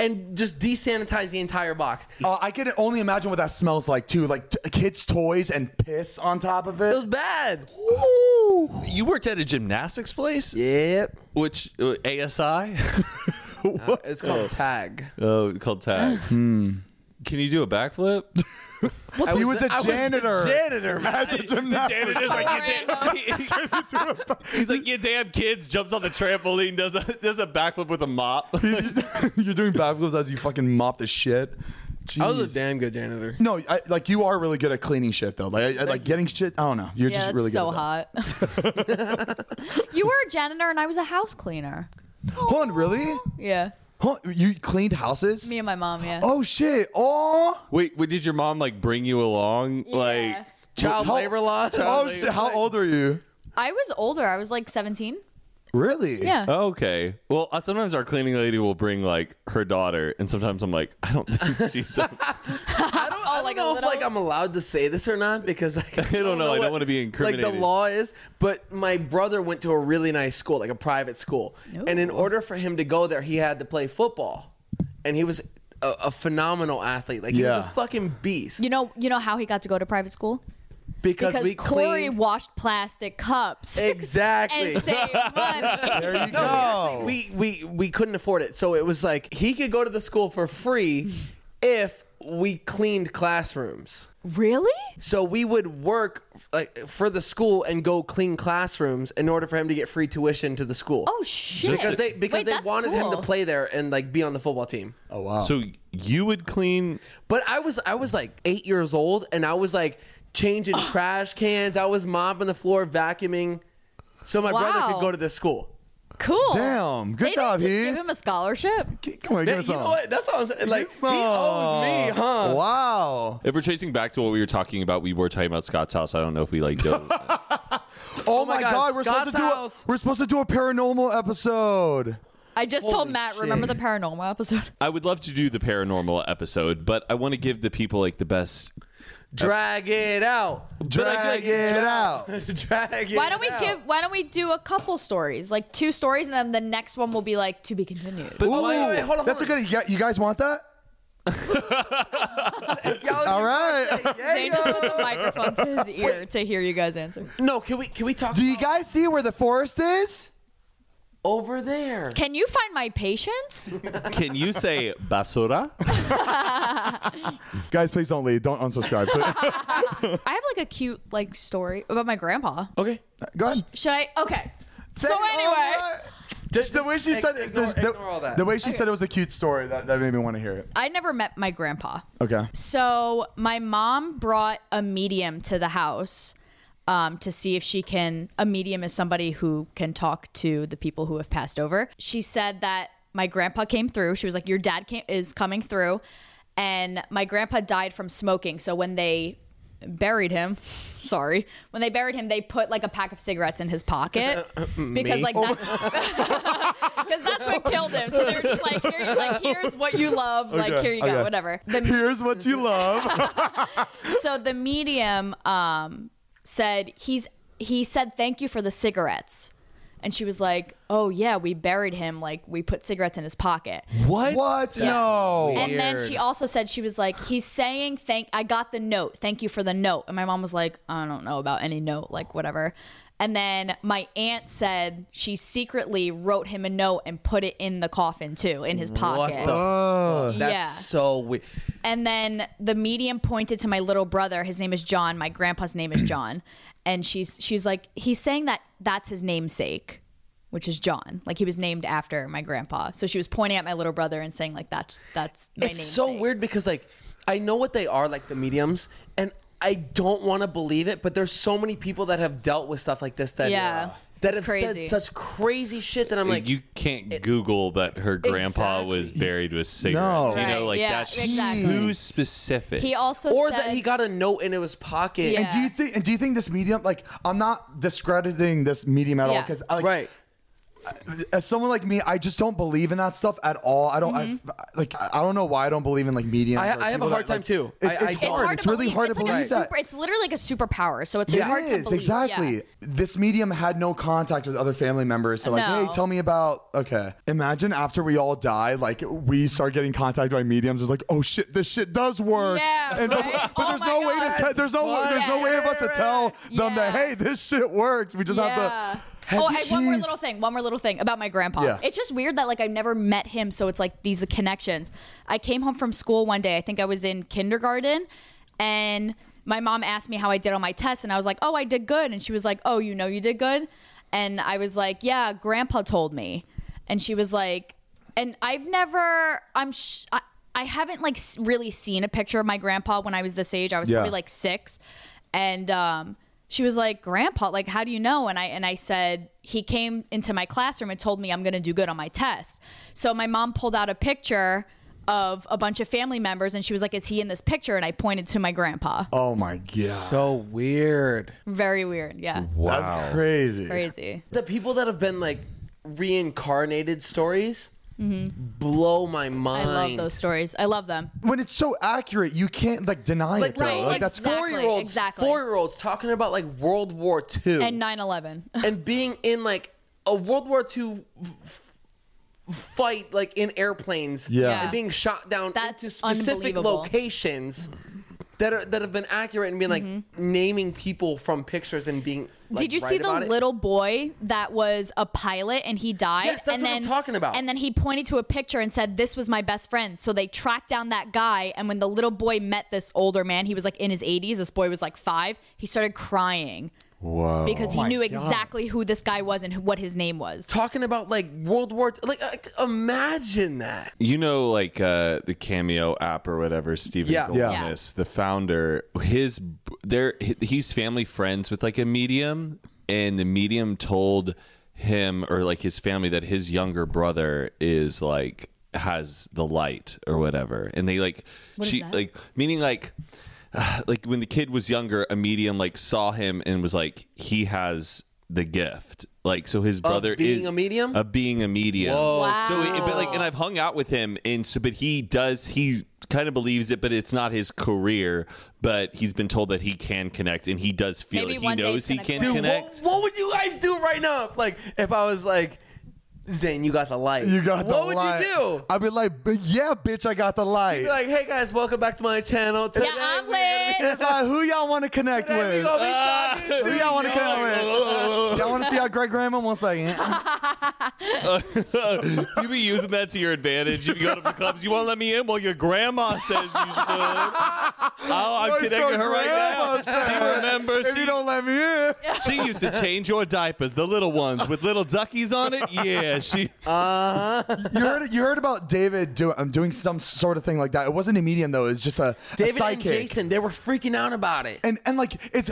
and just desanitize the entire box.
Uh, I can only imagine what that smells like too. Like t- kids' toys and piss on top of it.
It was bad.
You worked at a gymnastics place,
Yep.
which uh, ASI,
It's called tag.
oh, called tag. Can you do a backflip?
I
He was
the-
a
I the
janitor.
janitor, man.
At the gymnastics.
He's like, you damn kids, jumps on the trampoline, does a does a backflip with a mop.
You're doing backflips as you fucking mop the shit.
I was a
Jeez.
damn good janitor.
No, I, like you are really good at cleaning shit though. Like, I, I- like getting shit. I don't know. You're
yeah,
just
that's
really
so
good. at
hot. you were a janitor and I was a house cleaner.
that. Hold on, really?
Yeah,
Hold on, you cleaned houses?
me and my mom. Yeah.
Oh shit! Oh,
Wait, wait, did your mom like bring you along? Like,
Child
How-
labor law.
Oh, shit, how old are you?
I was older. I was like 17.
Really?
Yeah.
oh, Okay. Well, uh, sometimes our cleaning lady will bring like her daughter, and sometimes I'm like, I don't think she's. I
I don't, I don't
Oh, like a
know if
little-
like I'm allowed to say this or not because like, I
don't know. I don't
what,
wanna be
Like the
incriminated.
law is, but my brother went to a really nice school, like a private school, and in order for him to go there, he had to play football, and he was a, a phenomenal athlete. Like he was
Yeah.
a fucking beast
You know, you know how he got to go to private school?
because,
Because
we
Corey
cleaned
washed plastic cups
exactly.
and saved money.
There you go.
we we we couldn't afford it, so it was like he could go to the school for free if we cleaned classrooms.
really?
So we would work like for the school and go clean classrooms in order for him to get free tuition to the school.
Oh shit!
Because they because
Wait,
they
that's
wanted him to
cool.
play there and like be on the football team.
Oh wow.
So you would clean.
But I was I was like 8 years old and I was like changing trash cans, I was mopping the floor, vacuuming so my brother
Wow.
could go to this school.
Cool.
Damn, good
They didn't
job,
just
he.
Give him a scholarship.
Come on,
That-
give us
you
some.
know what? That's what I'm saying. Like he
Some.
owes me, huh?
Wow.
If we're chasing back to what we were talking about, we were talking about Scott's house. I don't know if we like dove.
Oh, my God, we're
Scott's
supposed to do a,
house.
we're supposed to do a paranormal episode.
I just told Matt. Remember the paranormal episode?
I would love to do the paranormal episode, but I want to give the people like the best.
Drag it out.
I feel
Drag
like-
it out.
Drag it
Why don't we
out.
give? Why don't we do a couple stories, like two stories, and then the next one will be like to be continued.
But
Oh, wait, wait, wait, hold on.
That's a
hold
good. Yeah, you guys want that?
on. Y'all-
All right.
Yeah,
Zane just put the microphone to his ear to hear you guys answer.
No, can we can we talk
Do you
about-
guys see where the forest is?
over there?
Can you find my patience?
Can you say basura?
Guys, please don't leave. Don't unsubscribe.
I have like a cute like story about my grandpa.
Okay.
Go ahead.
Should I? Okay.
Say,
so
"Oh,
anyway,
what?"
Just
the way she
ig-
said it,
ignore,
the, the-
ignore all that.
the way she said it was a cute story that, that made me want to hear it.
I never met my grandpa.
Okay.
Uh, So my mom brought a medium to the house um, to see if she can. A medium is somebody who can talk to the people who have passed over. She said that my grandpa came through. She was like, "Your dad came, is coming through," and my grandpa died from smoking. So when they buried him, sorry, when they buried him, they put like a pack of cigarettes in his pocket because like that's because that's what killed him. So they were just like, here, like here's what you love, like
Okay,
here you
okay.
go, whatever. The
Here's what you love.
so the medium um, said he's he said thank you for the cigarettes and she was like oh yeah we buried him like we put cigarettes in his pocket
What? What? No.
and then she also said she was like he's saying thank i got the note thank you for the note and my mom was like i don't know about any note like whatever and then my aunt said she secretly wrote him a note and put it in the coffin too in his
What
pocket
the?
Oh.
That's
yeah.
so weird.
And then the medium pointed to my little brother. His name is John. My grandpa's name is John. And she's she's like he's saying that that's his namesake, which is John. Like he was named after my grandpa. So she was pointing at my little brother and saying like that's that's my
It's so
namesake.
weird because like I know what they are, like the mediums, and I don't want to believe it, but there's so many people that have dealt with stuff like this that
Yeah.
that
It's
have said
crazy.
such crazy shit that I'm like,
you can't Google that her grandpa was buried with cigarettes. You
Right,
know, like
yeah,
that's
exactly.
too specific.
He also
or
said
that he got a note in his pocket.
Yeah.
And do you think? And do you think this medium? Like, I'm not discrediting this medium at all
Yeah.
because, like,
Right.
as someone like me, I just don't believe in that stuff at all. I don't.
Mm-hmm.
I, like, I I don't know why I don't believe in like mediums.
I-
or
I have a
people
hard
that,
time,
like-
too.
It's,
I-
it's
I
hard.
don't.
It's, really hard to
It's like a
believe that.
super- It's literally like a superpower. So it's
It
hard to
is,
believe.
exactly.
Yeah.
This medium had no contact with other family members. So, like,
No.
hey, tell me about. Okay. Imagine after we all die, like, we start getting contacted by mediums. It's like, oh shit, this shit does work.
Yeah,
And
right?
but
Oh
there's
my
no way
God.
to tell. There's no. There's no
Yeah.
way of us to tell them that
Yeah.
hey, this shit works. We just
Yeah.
have to.
Oh,
Have
and one more
cheese.
little thing. One more little thing about my grandpa.
Yeah.
It's just weird that like I've never met him, so it's like these are connections. I came home from school one day. I think I was in kindergarten, and my mom asked me how I did on my test, and I was like, "Oh, I did good." And she was like, "Oh, you know you did good," and I was like, "Yeah, grandpa told me," and she was like, "And I've never. I'm. Sh- I, I haven't like s- really seen a picture of my grandpa when I was this age. I was
Yeah.
probably like." like six and um she was like grandpa like how do you know and i and i said he came into my classroom and told me i'm gonna do good on my test so my mom pulled out a picture of a bunch of family members, and she was like, "Is he in this picture?" And I pointed to my grandpa.
Oh my god.
So weird.
Very weird. Yeah.
That's crazy.
Crazy.
The people that have been like reincarnated stories blow my
Mm-hmm. I
mind.
love those stories. I love them.
When it's so accurate, you can't like deny it
Like,
though.
right,
like,
like,
that's
exactly,
four year olds,
exactly.
four year olds talking about like World War II
And 9/11.
and being in like a World War II f- f- fight, like in airplanes,
Yeah.
and being shot down
That's
into specific
unbelievable.
locations that are that have been accurate and being like naming people from pictures and being. Like,
Mm-hmm. Did you
right
see the
about it.
little boy that was a pilot and he died?
Yes, that's
and
what I'm talking about.
And then he pointed to a picture and said, "This was my best friend." So they tracked down that guy, and when the little boy met this older man, he was like in his 80s. This boy was like five. He started crying
Whoa.
because
Oh
he
my
knew
God.
exactly who this guy was and who, what his name was.
talking about like World War? II. Like, uh, imagine that.
You know, like uh, the Cameo app or whatever, Stephen
Yeah.
Yeah.
Goldness, the founder, his there, he's family friends with like a medium, and the medium told him or like his family that his younger brother is like has the light or whatever, and they like she like meaning like. Like when the kid was younger, a medium like saw him and was like, "He has the gift." Like so, his brother
being
is
a medium?
of being a medium.
Wow.
So, it, but like, and I've hung out with him, and so, but he does, he kind of believes it, but it's not his career. But he's been told that he can connect, and he does feel
Maybe
it. He
one day
knows
it's
he
gonna
can
click.
Dude,
connect.
what, what would you guys do right now? If, like, if I was like, Zane, you got the light.
You got the
What would
light.
you do?
I'd be like, "B- yeah, bitch, I got the light.
Be like, hey guys, welcome back to my channel. Today
Yeah, I'm
we're gonna-
lit.
It's like, who y'all want to connect
today we
with?
gonna be talking
Who
to
y'all want to
y'all.
connect with? y'all want to see our great grandma? One second.
you be using that to your advantage. You go to the clubs. You want to let me in? Well, your grandma says you should. I'll, I'm
What
connecting
your
her right now.
grandma
She
said.
remembers.
If
she,
you don't let me in,
she used to change your diapers, the little ones with little duckies on it. Yeah, she.
you heard you heard about David do, um, doing some sort of thing like that. It wasn't a medium though. It was just a, a
David and
psychic.
Jason, they were freaking out about it.
and and like it's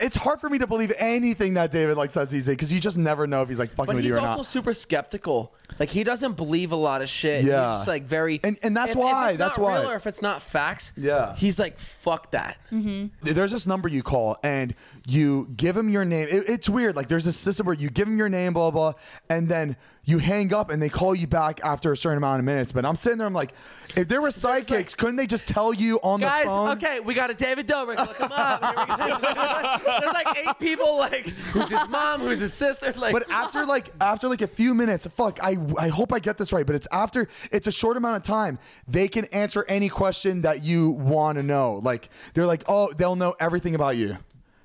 it's hard for me to believe anything that David like says these days because you just never know if he's like fucking
But
with
he's
you or
also
not.
super skeptical. Like he doesn't believe a lot of shit.
Yeah.
He's just like very
And- and that's
if-
why,
If it's
that's
not
why.
Real or if it's not facts.
Yeah.
He's like fuck that.
there's this number you call and you give him your name. It- it's weird. Like there's this system where you give him your name, blah blah, and then you hang up and they call you back after a certain amount of minutes. But I'm sitting there, I'm like, if there were psychics, couldn't they just tell you on
Guys,
the phone?
okay, we got a David Dobrik. Look him up. Here we go. There's like eight people. Like who's his mom? Who's his sister? Like
But after like after like a few minutes, fuck, I I hope I get this right, but it's after it's a short amount of time. They can answer any question that you want to know. Like they're like, "Oh, they'll know everything about you."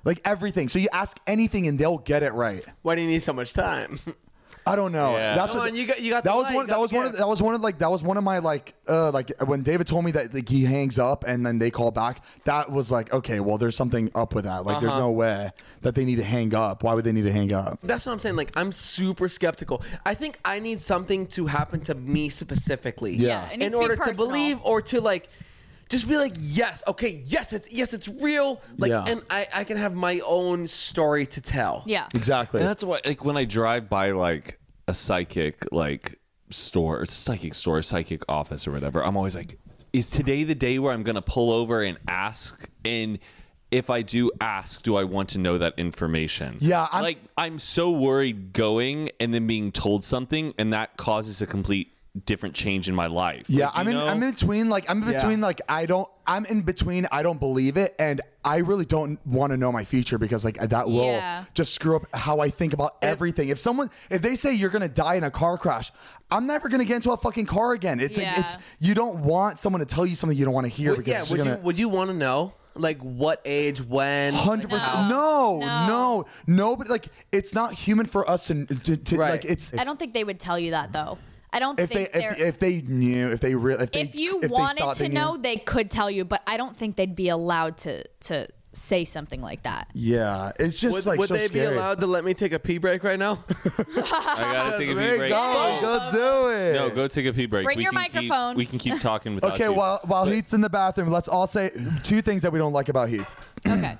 Like everything. So you ask anything and they'll get it right.
why do you need so much time?
I don't know.
Yeah.
That's
Come
what
on, you got- you got
That
the
was
light,
one.
you
That
got
was
the
one. Of,
gift.
that was one of like. That was one of my like. Uh, like when David told me that like he hangs up and then they call back. That was like okay. Well, there's something up with that. Like there's
Uh-huh.
no way that they need to hang up. Why would they need to hang up?
That's what I'm saying. Like, I'm super skeptical. I think I need something to happen to me specifically.
Yeah. Yeah,
it needs
in
to be
order to
personal.
believe or to like just be like, yes, okay, yes, it's yes, it's real. Like
Yeah.
and I, I can have my own story to tell.
Yeah.
Exactly.
And that's why, like, when I drive by, like, a psychic, like, store, it's a psychic store, psychic office or whatever, I'm always like, is today the day where I'm going to pull over and ask? And if I do ask, do I want to know that information?
Yeah, I'm-
like, I'm so worried going and then being told something, and that causes a complete different change in my life.
Yeah,
Like, you
I'm in.
know?
I'm in between. Like I'm in between. Like I don't. I'm in between. I don't believe it, and I really don't want to know my future because like that will
Yeah.
just screw up how I think about everything. If someone, if they say you're gonna die in a car crash, I'm never gonna get into a fucking car again. It's like
Yeah.
it's you don't want someone to tell you something you don't want to hear
Would,
because
yeah,
it's
would
just
you
gonna.
would you wanna know? Like what age, when?
Hundred percent. No, no, no. But like, it's not human for us to, to, to
Right.
like. It's
I don't think they would tell you that though. I don't
if they
think
if,
they're-
if they knew if they really if, they-
if you
they
wanted
thought
to
they knew.
know, they could tell you, but I don't think they'd be allowed to to say something like that.
yeah, it's just
would
like
would
so
they
scary.
be allowed to let me take a pee break right now?
I gotta take a pee
Hey,
break.
go, go do it.
No, go take a pee break.
Bring your
can keep-
microphone.
we can keep talking without
Okay,
you.
while while Heath's in the bathroom, let's all say two things that we don't like about Heath.
Okay.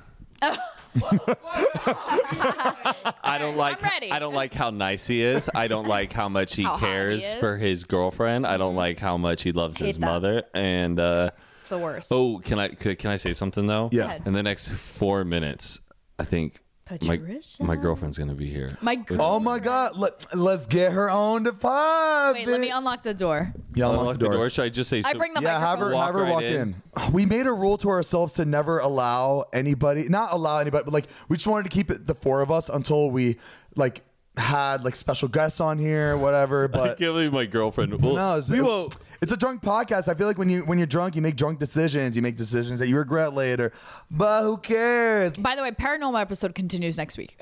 I don't like
I'm ready.
I don't like how nice he is. I don't like how much he
How hot he
cares
is.
for his girlfriend. I don't like how much he loves his
Hate that.
mother. And uh,
It's the worst.
oh, can I could, can I say something though?
Yeah.
ahead.
In the next four minutes, I think my,
Patricia?
my girlfriend's gonna be here.
My gr-
Oh my God! Let let's get her on the pod.
wait, let me unlock the door.
yeah, unlock
Unlock the door. Should I just say?
I
so-
bring the
yeah, have her
microphone.
Walk
have her
right
walk in.
in.
We made a rule to ourselves to never allow anybody, not allow anybody, but like we just wanted to keep it the four of us until we like had like special guests on here, whatever.
I
But
can't believe my girlfriend. Well,
no, it's,
we won't.
it's a drunk podcast. I feel like when you when you're drunk, you make drunk decisions. You make decisions that you regret later. But who cares?
By the way, paranormal episode continues next week.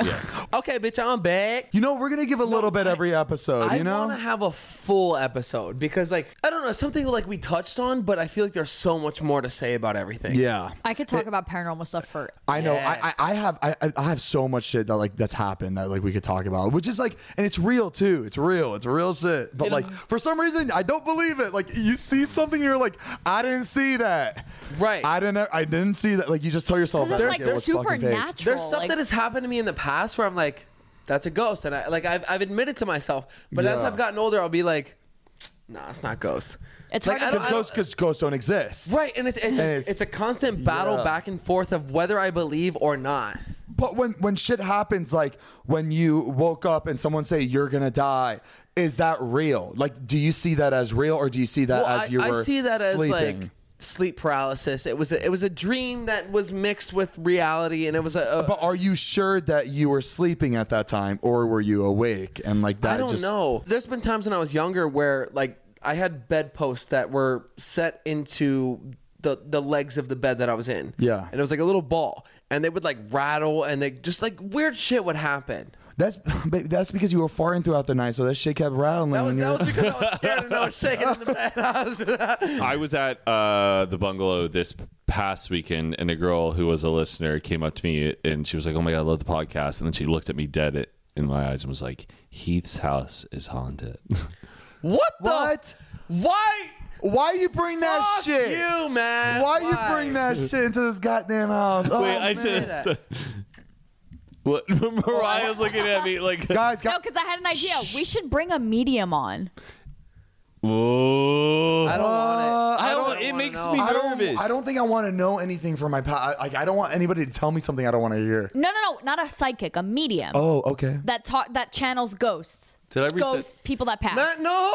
Okay, bitch, I'm back.
You know, we're gonna give a little bit every episode.
I
you know,
want to have a full episode because, like, I don't know, something like we touched on, but I feel like there's so much more to say about everything.
yeah.
I could talk about paranormal stuff for
I know.
Yeah.
I, I I have I, I- I have so much shit that like that's happened that like we could talk about, which is like, and it's real too. It's real. It's real shit. But like for some reason, I don't believe it. Like you see something, you're like, I didn't see that.
Right.
I didn't. I didn't see that. Like you just tell yourself that.
it's like
okay, what's fucking fake.
supernatural.
There's stuff
like,
that has happened to me in the past where I'm like, that's a ghost. And I, like, I've, I've admitted to myself, but as
Yeah.
I've gotten older, I'll be like, nah, it's not ghosts.
It's
like,
hard to
I
Because
don't-
ghosts, because ghosts don't exist.
Right. And it's, it's,
it's-
it's, a constant battle
yeah.
back and forth of whether I believe or not.
But when when shit happens, like when you woke up and someone say you're gonna die, is that real? Like, do you see that as real, or do you see that
Well,
as
I,
you were
I see that
sleeping?
as like sleep paralysis. It was a, it was a dream that was mixed with reality, and it was a. a
But are you sure that you were sleeping at that time or were you awake? And like that
I don't
just
know. There's been times when I was younger where like I had bedposts that were set into the the legs of the bed that I was in.
Yeah.
and it was like a little ball, and they would like rattle, and they just like weird shit would happen.
That's but that's because you were farting throughout the night, so that shit kept rattling.
That was
when you
that
were-
was because I was scared and I was shaking in the bed. I was-
I was at uh, the bungalow this past weekend, and a girl who was a listener came up to me and she was like, "Oh my god, I love the podcast!" And then she looked at me dead i- in my eyes and was like, "Heath's house is haunted."
what the?
What?
Why?
Why you bring that
Fuck
shit?
you, man.
Why, you bring that shit into this goddamn house? Oh,
Wait, I
man.
should.
that.
so- what Mariah's looking at me like,
Guys,
no,
guys
because I had an idea. We should bring a medium on.
"Whoa."
I don't
Uh,
want it.
I
I
don't-
don't.
it
wanna
makes
know.
me-
I don't.
nervous.
I don't think I want to know anything from my past. Like I don't want anybody to tell me something I don't want to hear.
No, no, no, not a psychic, a medium
Oh, okay.
that talk that channels ghosts.
Did I reset-
ghosts? People that pass.
Not, no.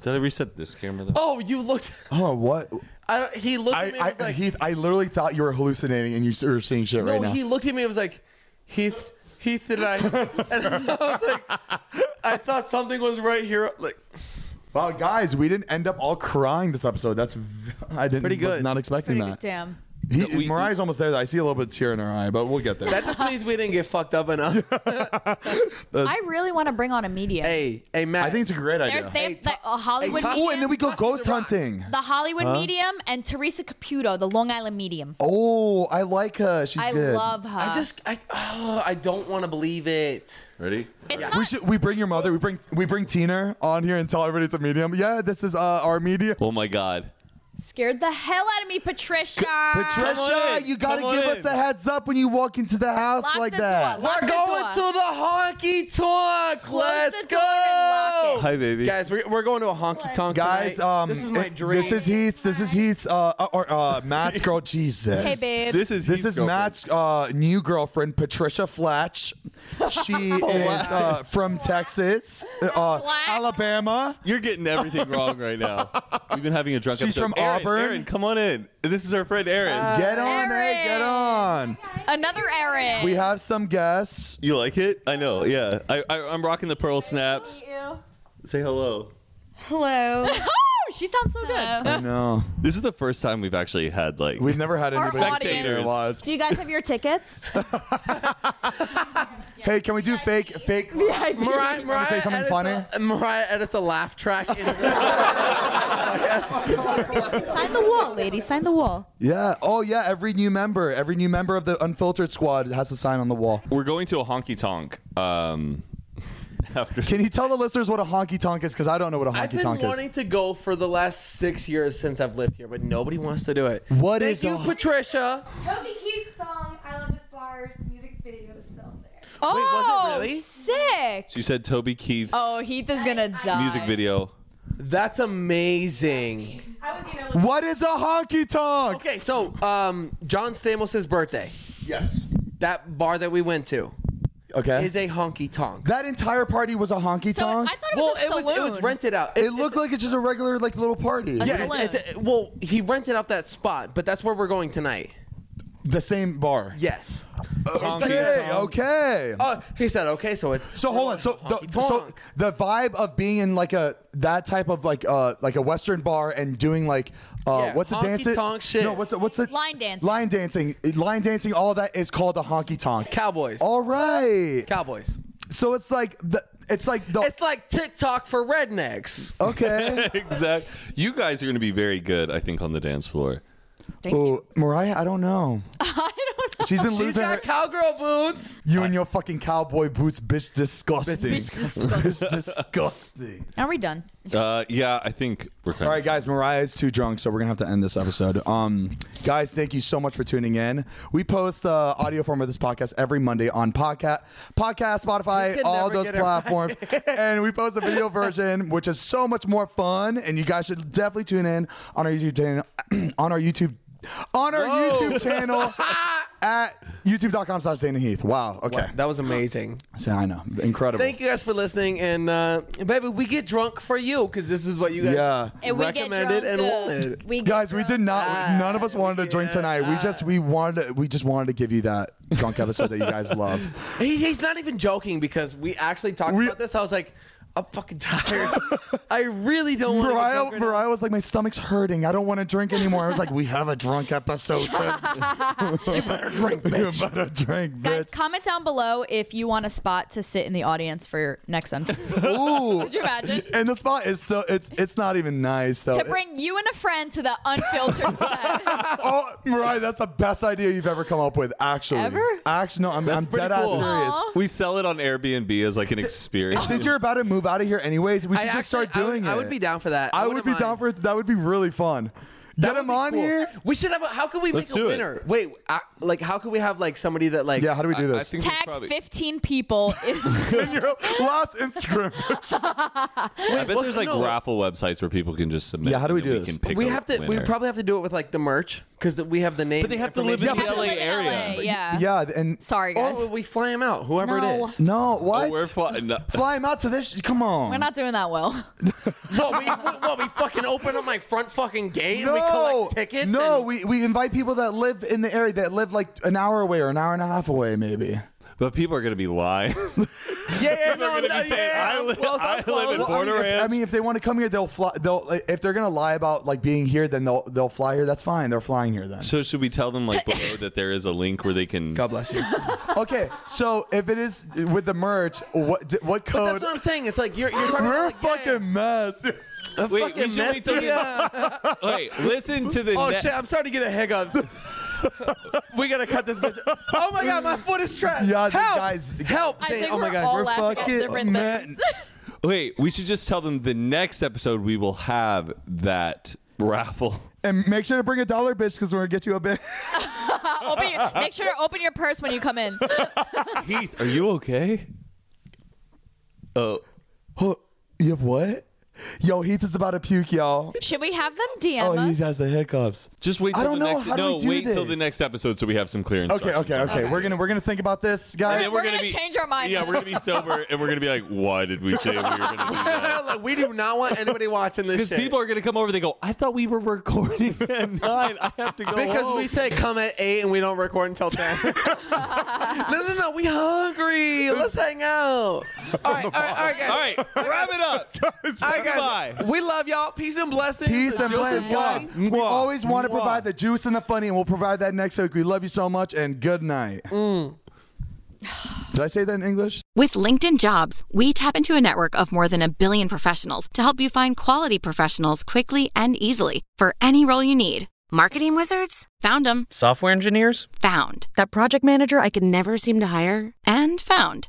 Did I reset this camera though?
Oh, you looked.
Oh, what?
I don't, he looked at
I,
me. and
I,
was like,
Heath, I literally thought you were hallucinating and you were seeing shit right
no,
now.
he looked at me and was like, Heath, Heath and I. And I was like, I thought something was right here. Like,
Wow, guys, we didn't end up all crying this episode. That's v- I didn't
Pretty
was
good.
not expecting
Pretty
that.
good, damn.
He, Mariah's almost there. though. I see a little bit of tear in her eye, but we'll get there.
that just means we didn't get fucked up enough.
I really want to bring on a medium.
hey, hey, Matt.
I think it's a great
There's
idea.
they
Hey,
have the, a Hollywood
hey, Tom-
medium,
oh, and then we go
Tossing
ghost
the rock.
hunting.
the Hollywood medium, and Teresa Caputo, the Long Island medium.
Oh, I like her. She's
I
good.
love her.
I just, I, oh, I don't want to believe it.
Ready?
it's
We
not
should we bring your mother. We bring we bring Tina on here and tell everybody it's a medium. Yeah, this is uh, our medium.
Oh my god.
scared the hell out of me, Patricia.
Patricia,
in.
you gotta
Come on
give
in.
us a heads up when you walk into the house
Lock
like
the
that.
door.
We're
Lock the
going
door.
to the honky tonk.
Close
Let's
the
go.
door
Oh,
and lock it.
Hi, baby.
Guys, we're, we're going to a honky tonk.
Guys, um,
this is my
it-
dream.
This is Heath's. This is Heath's. Uh, uh, or uh, Matt's girl. Jesus.
Hey, babe.
This is
This
Heath's
is
girlfriend.
Matt's uh, new girlfriend, Patricia Flatch. She is uh, from Texas, uh,
Flatch.
Alabama.
You're getting everything wrong right now. We've been having a drunk.
She's
episode.
from
Aaron,
Auburn. Uh,
Aaron, come on in. This is our friend Aaron.
Get on, hey, get
Erin.
on.
Another Aaron.
We have some guests.
You like it? I know. Yeah. I, I I'm rocking the pearl snaps. Say hello.
Hello.
oh, she sounds so good.
No,
This is the first time we've actually had like
we've never had
Our
anybody.
audience.
spectators.
Do you guys have your tickets?
Hey, can we do fake, fake?
Mariah, Mariah
say something
edits
funny?
A, Mariah edits a laugh track. in-
Sign the wall, lady. Sign the wall.
Yeah. Oh, yeah. Every new member, every new member of the Unfiltered Squad has a sign on the wall.
We're going to a honky tonk. Um, after
Can you tell the listeners what a honky tonk is? Because I don't know what a
I've
honky
been
tonk is.
wanting to go for the last six years since I've lived here, but nobody wants to do it.
What
Thank
is
you,
the-
Patricia.
Toby Keith's song, I Love This Bar,
Oh,
was it really?
sick.
She said Toby Keith's
Oh, Heath is gonna die.
music video.
That's amazing.
What is a honky tonk?
Okay, so um, John Stamos' birthday,
Yes.
that bar that we went to,
Okay.
is a honky tonk.
that entire party was a honky
So I
tonk.
thought it
well,
was
it
a
was
saloon.
it was rented out.
it looked like it's just a regular like little party.
Yeah.
yeah, it's- it's- well, he rented out that spot, but that's where we're going tonight.
The same bar.
Yes.
Okay. Okay.
Uh, he said, okay, so it's
So hold on. So the, so
Honky-tonk.
the vibe of being in like a that type of like uh like a western bar and doing like uh
Yeah,
what's a dance? it-
honky-tonk shit.
No, what's it? What's it?
Line dancing.
Line dancing. Line dancing. All that is called a honky tonk.
Cowboys.
All right.
Cowboys.
So it's like the it's like the
It's like TikTok for rednecks.
okay.
Exact. You guys are going to be very good, I think, on the dance floor.
Ooh, Mariah, I don't know. I don't know. She's been
She's
losing her.
got cowgirl boots.
you and your fucking cowboy boots, bitch, disgusting.
Bitch, disgusting.
Bitch, disgusting.
Are we done?
Uh, yeah, I think we're kind
All right, guys, Mariah's too drunk, so we're gonna have to end this episode. Um, guys, thank you so much for tuning in. We post the audio form of this podcast every Monday on podcast, podcast, Spotify,
can
all
never
those
get it right.
platforms, and we post a video version, which is so much more fun. And you guys should definitely tune in on our YouTube channel, on our YouTube, on our YouTube channel at youtube.com/slash Zane and Heath. Wow. Okay.
That was amazing.
So I know, incredible.
Thank you guys for listening, and uh, baby, we get drunk for you because this is what you guys
Yeah.
And we get
recommended and
drunk, uh,
wanted.
We get
guys we did not
Ah,
none of us wanted to drink
yeah,
tonight we just we wanted to, we just wanted to give you that drunk episode that you guys love
He, he's not even joking because we actually talked
We-
about this. I was like, I'm fucking tired. I really don't want
mariah
to.
mariah was like my stomach's hurting i don't want to drink anymore i was like we have a drunk episode to- you better drink bitch. you better drink
Guys,
bitch
comment down below if you want a spot to sit in the audience for your next unfold.
Ooh.
Could you imagine?
and the spot is so it's it's not even nice though
to bring you and a friend to the unfiltered set.
oh mariah that's the best idea you've ever come up with actually
Ever?
actually no i'm, I'm
pretty
dead ass
cool.
serious
Aw.
We sell it on Airbnb as like an experience.
since you're about to move out of here anyways we should
I
just
actually-
start
I would-
doing it
I would be down for that.
I,
I
would
wouldn't
be down
mind.
for that. Would be really fun. Get
That'd
him
be
on
cool.
here.
We should have. A, how could we
Let's
make a
do it.
winner? Wait, I, like how could we have like somebody that like?
Yeah, how do we do
I- I
this?
think there's
Tag
probably-
15 people.
In your last Instagram. picture.
I bet
well,
there's like
no.
raffle websites where people can just submit.
Yeah, how do we
and
do
We
this?
can pick
we
a
have to. We
winner.
probably have to do it with like the merch because we have the name.
But they have to live
information.
in the
Have to
LA
live in
area.
LA, Yeah.
yeah, and
Sorry, guys.
Or we fly him out, whoever it
No.
is.
no, what?
Oh, we're flying. No.
Fly him out to this. Come on.
We're not doing that well.
what, we, what, we fucking open up my front fucking gate and we
no,
collect tickets?
no,
and-
we, we invite people that live in the area that live like an hour away or an hour and a half away, maybe.
But people are going to be lying.
Yeah, yeah, no,
gonna be
no,
saying,
yeah,
I
I'm
live-
close, I'm
I live
close.
in
Well, I, mean,
Border
if, I
Ranch.
mean, if they want to come here, they'll fly. They'll like, if they're gonna lie about like being here, then they'll they'll fly here. That's fine. They're flying here then.
so should we tell them like below that there is a link where they can?
God bless you.
okay, so if it is with the merch, what
But
what code?
that's what I'm saying. It's like you're you're talking
We're a
about like, yeah,
fucking mess.
a
Wait, we
fucking
should wait till
messy,
you-
uh,
Wait, listen to the.
Oh
ne-
shit, I'm starting to get a hiccups. we gotta cut this bitch. Oh my god, my foot is trapped.
Yeah, the
help,
guys-
help!
I
Zane.
think
oh my
we're
god,
all
We're-
laughing at different
man.
things.
Wait, we should just tell them the next episode we will have that raffle.
And make sure to bring a dollar, bitch, because we're gonna get you a bit.
Open your, make sure to open your purse when you come in.
Heath, are you okay? Oh,
Hold- you have what? Yo, Heath is about to puke, y'all.
Should we have them DM
Oh, he
us?
has the hiccups.
just wait
I
till
don't
the
know,
next.
how do
no,
we do
wait till
this?
the next episode so we have some clear
Okay,
instructions.
okay, okay, We're gonna we're gonna think about this, guys.
then we're
We're gonna
gonna be-
change our mind.
Yeah, we're gonna be sober and we're gonna be like, why did we say we were gonna do that?
like, we do not want anybody watching this
Because
shit.
people are gonna come over, they go, I thought we were recording at nine. I have to go.
because
home."
we say come at eight and we don't record until ten. no, no, no. We hungry. Let's hang out. All right, all right, all right, guys.
All right, wrap it up.
All right,
Goodbye.
guys. We love y'all. Peace and blessings.
Peace and
Juice
blessings,
is gone.
guys. We
Mwah.
always want to
Mwah.
provide the juice and the funny, and we'll provide that next week. We love you so much, and good night. Did I say that in English?
With LinkedIn Jobs, we tap into a network of more than a billion professionals to help you find quality professionals quickly and easily for any role you need. Marketing wizards? Found them.
Software engineers?
Found.
That project manager I could never seem to hire?
And found.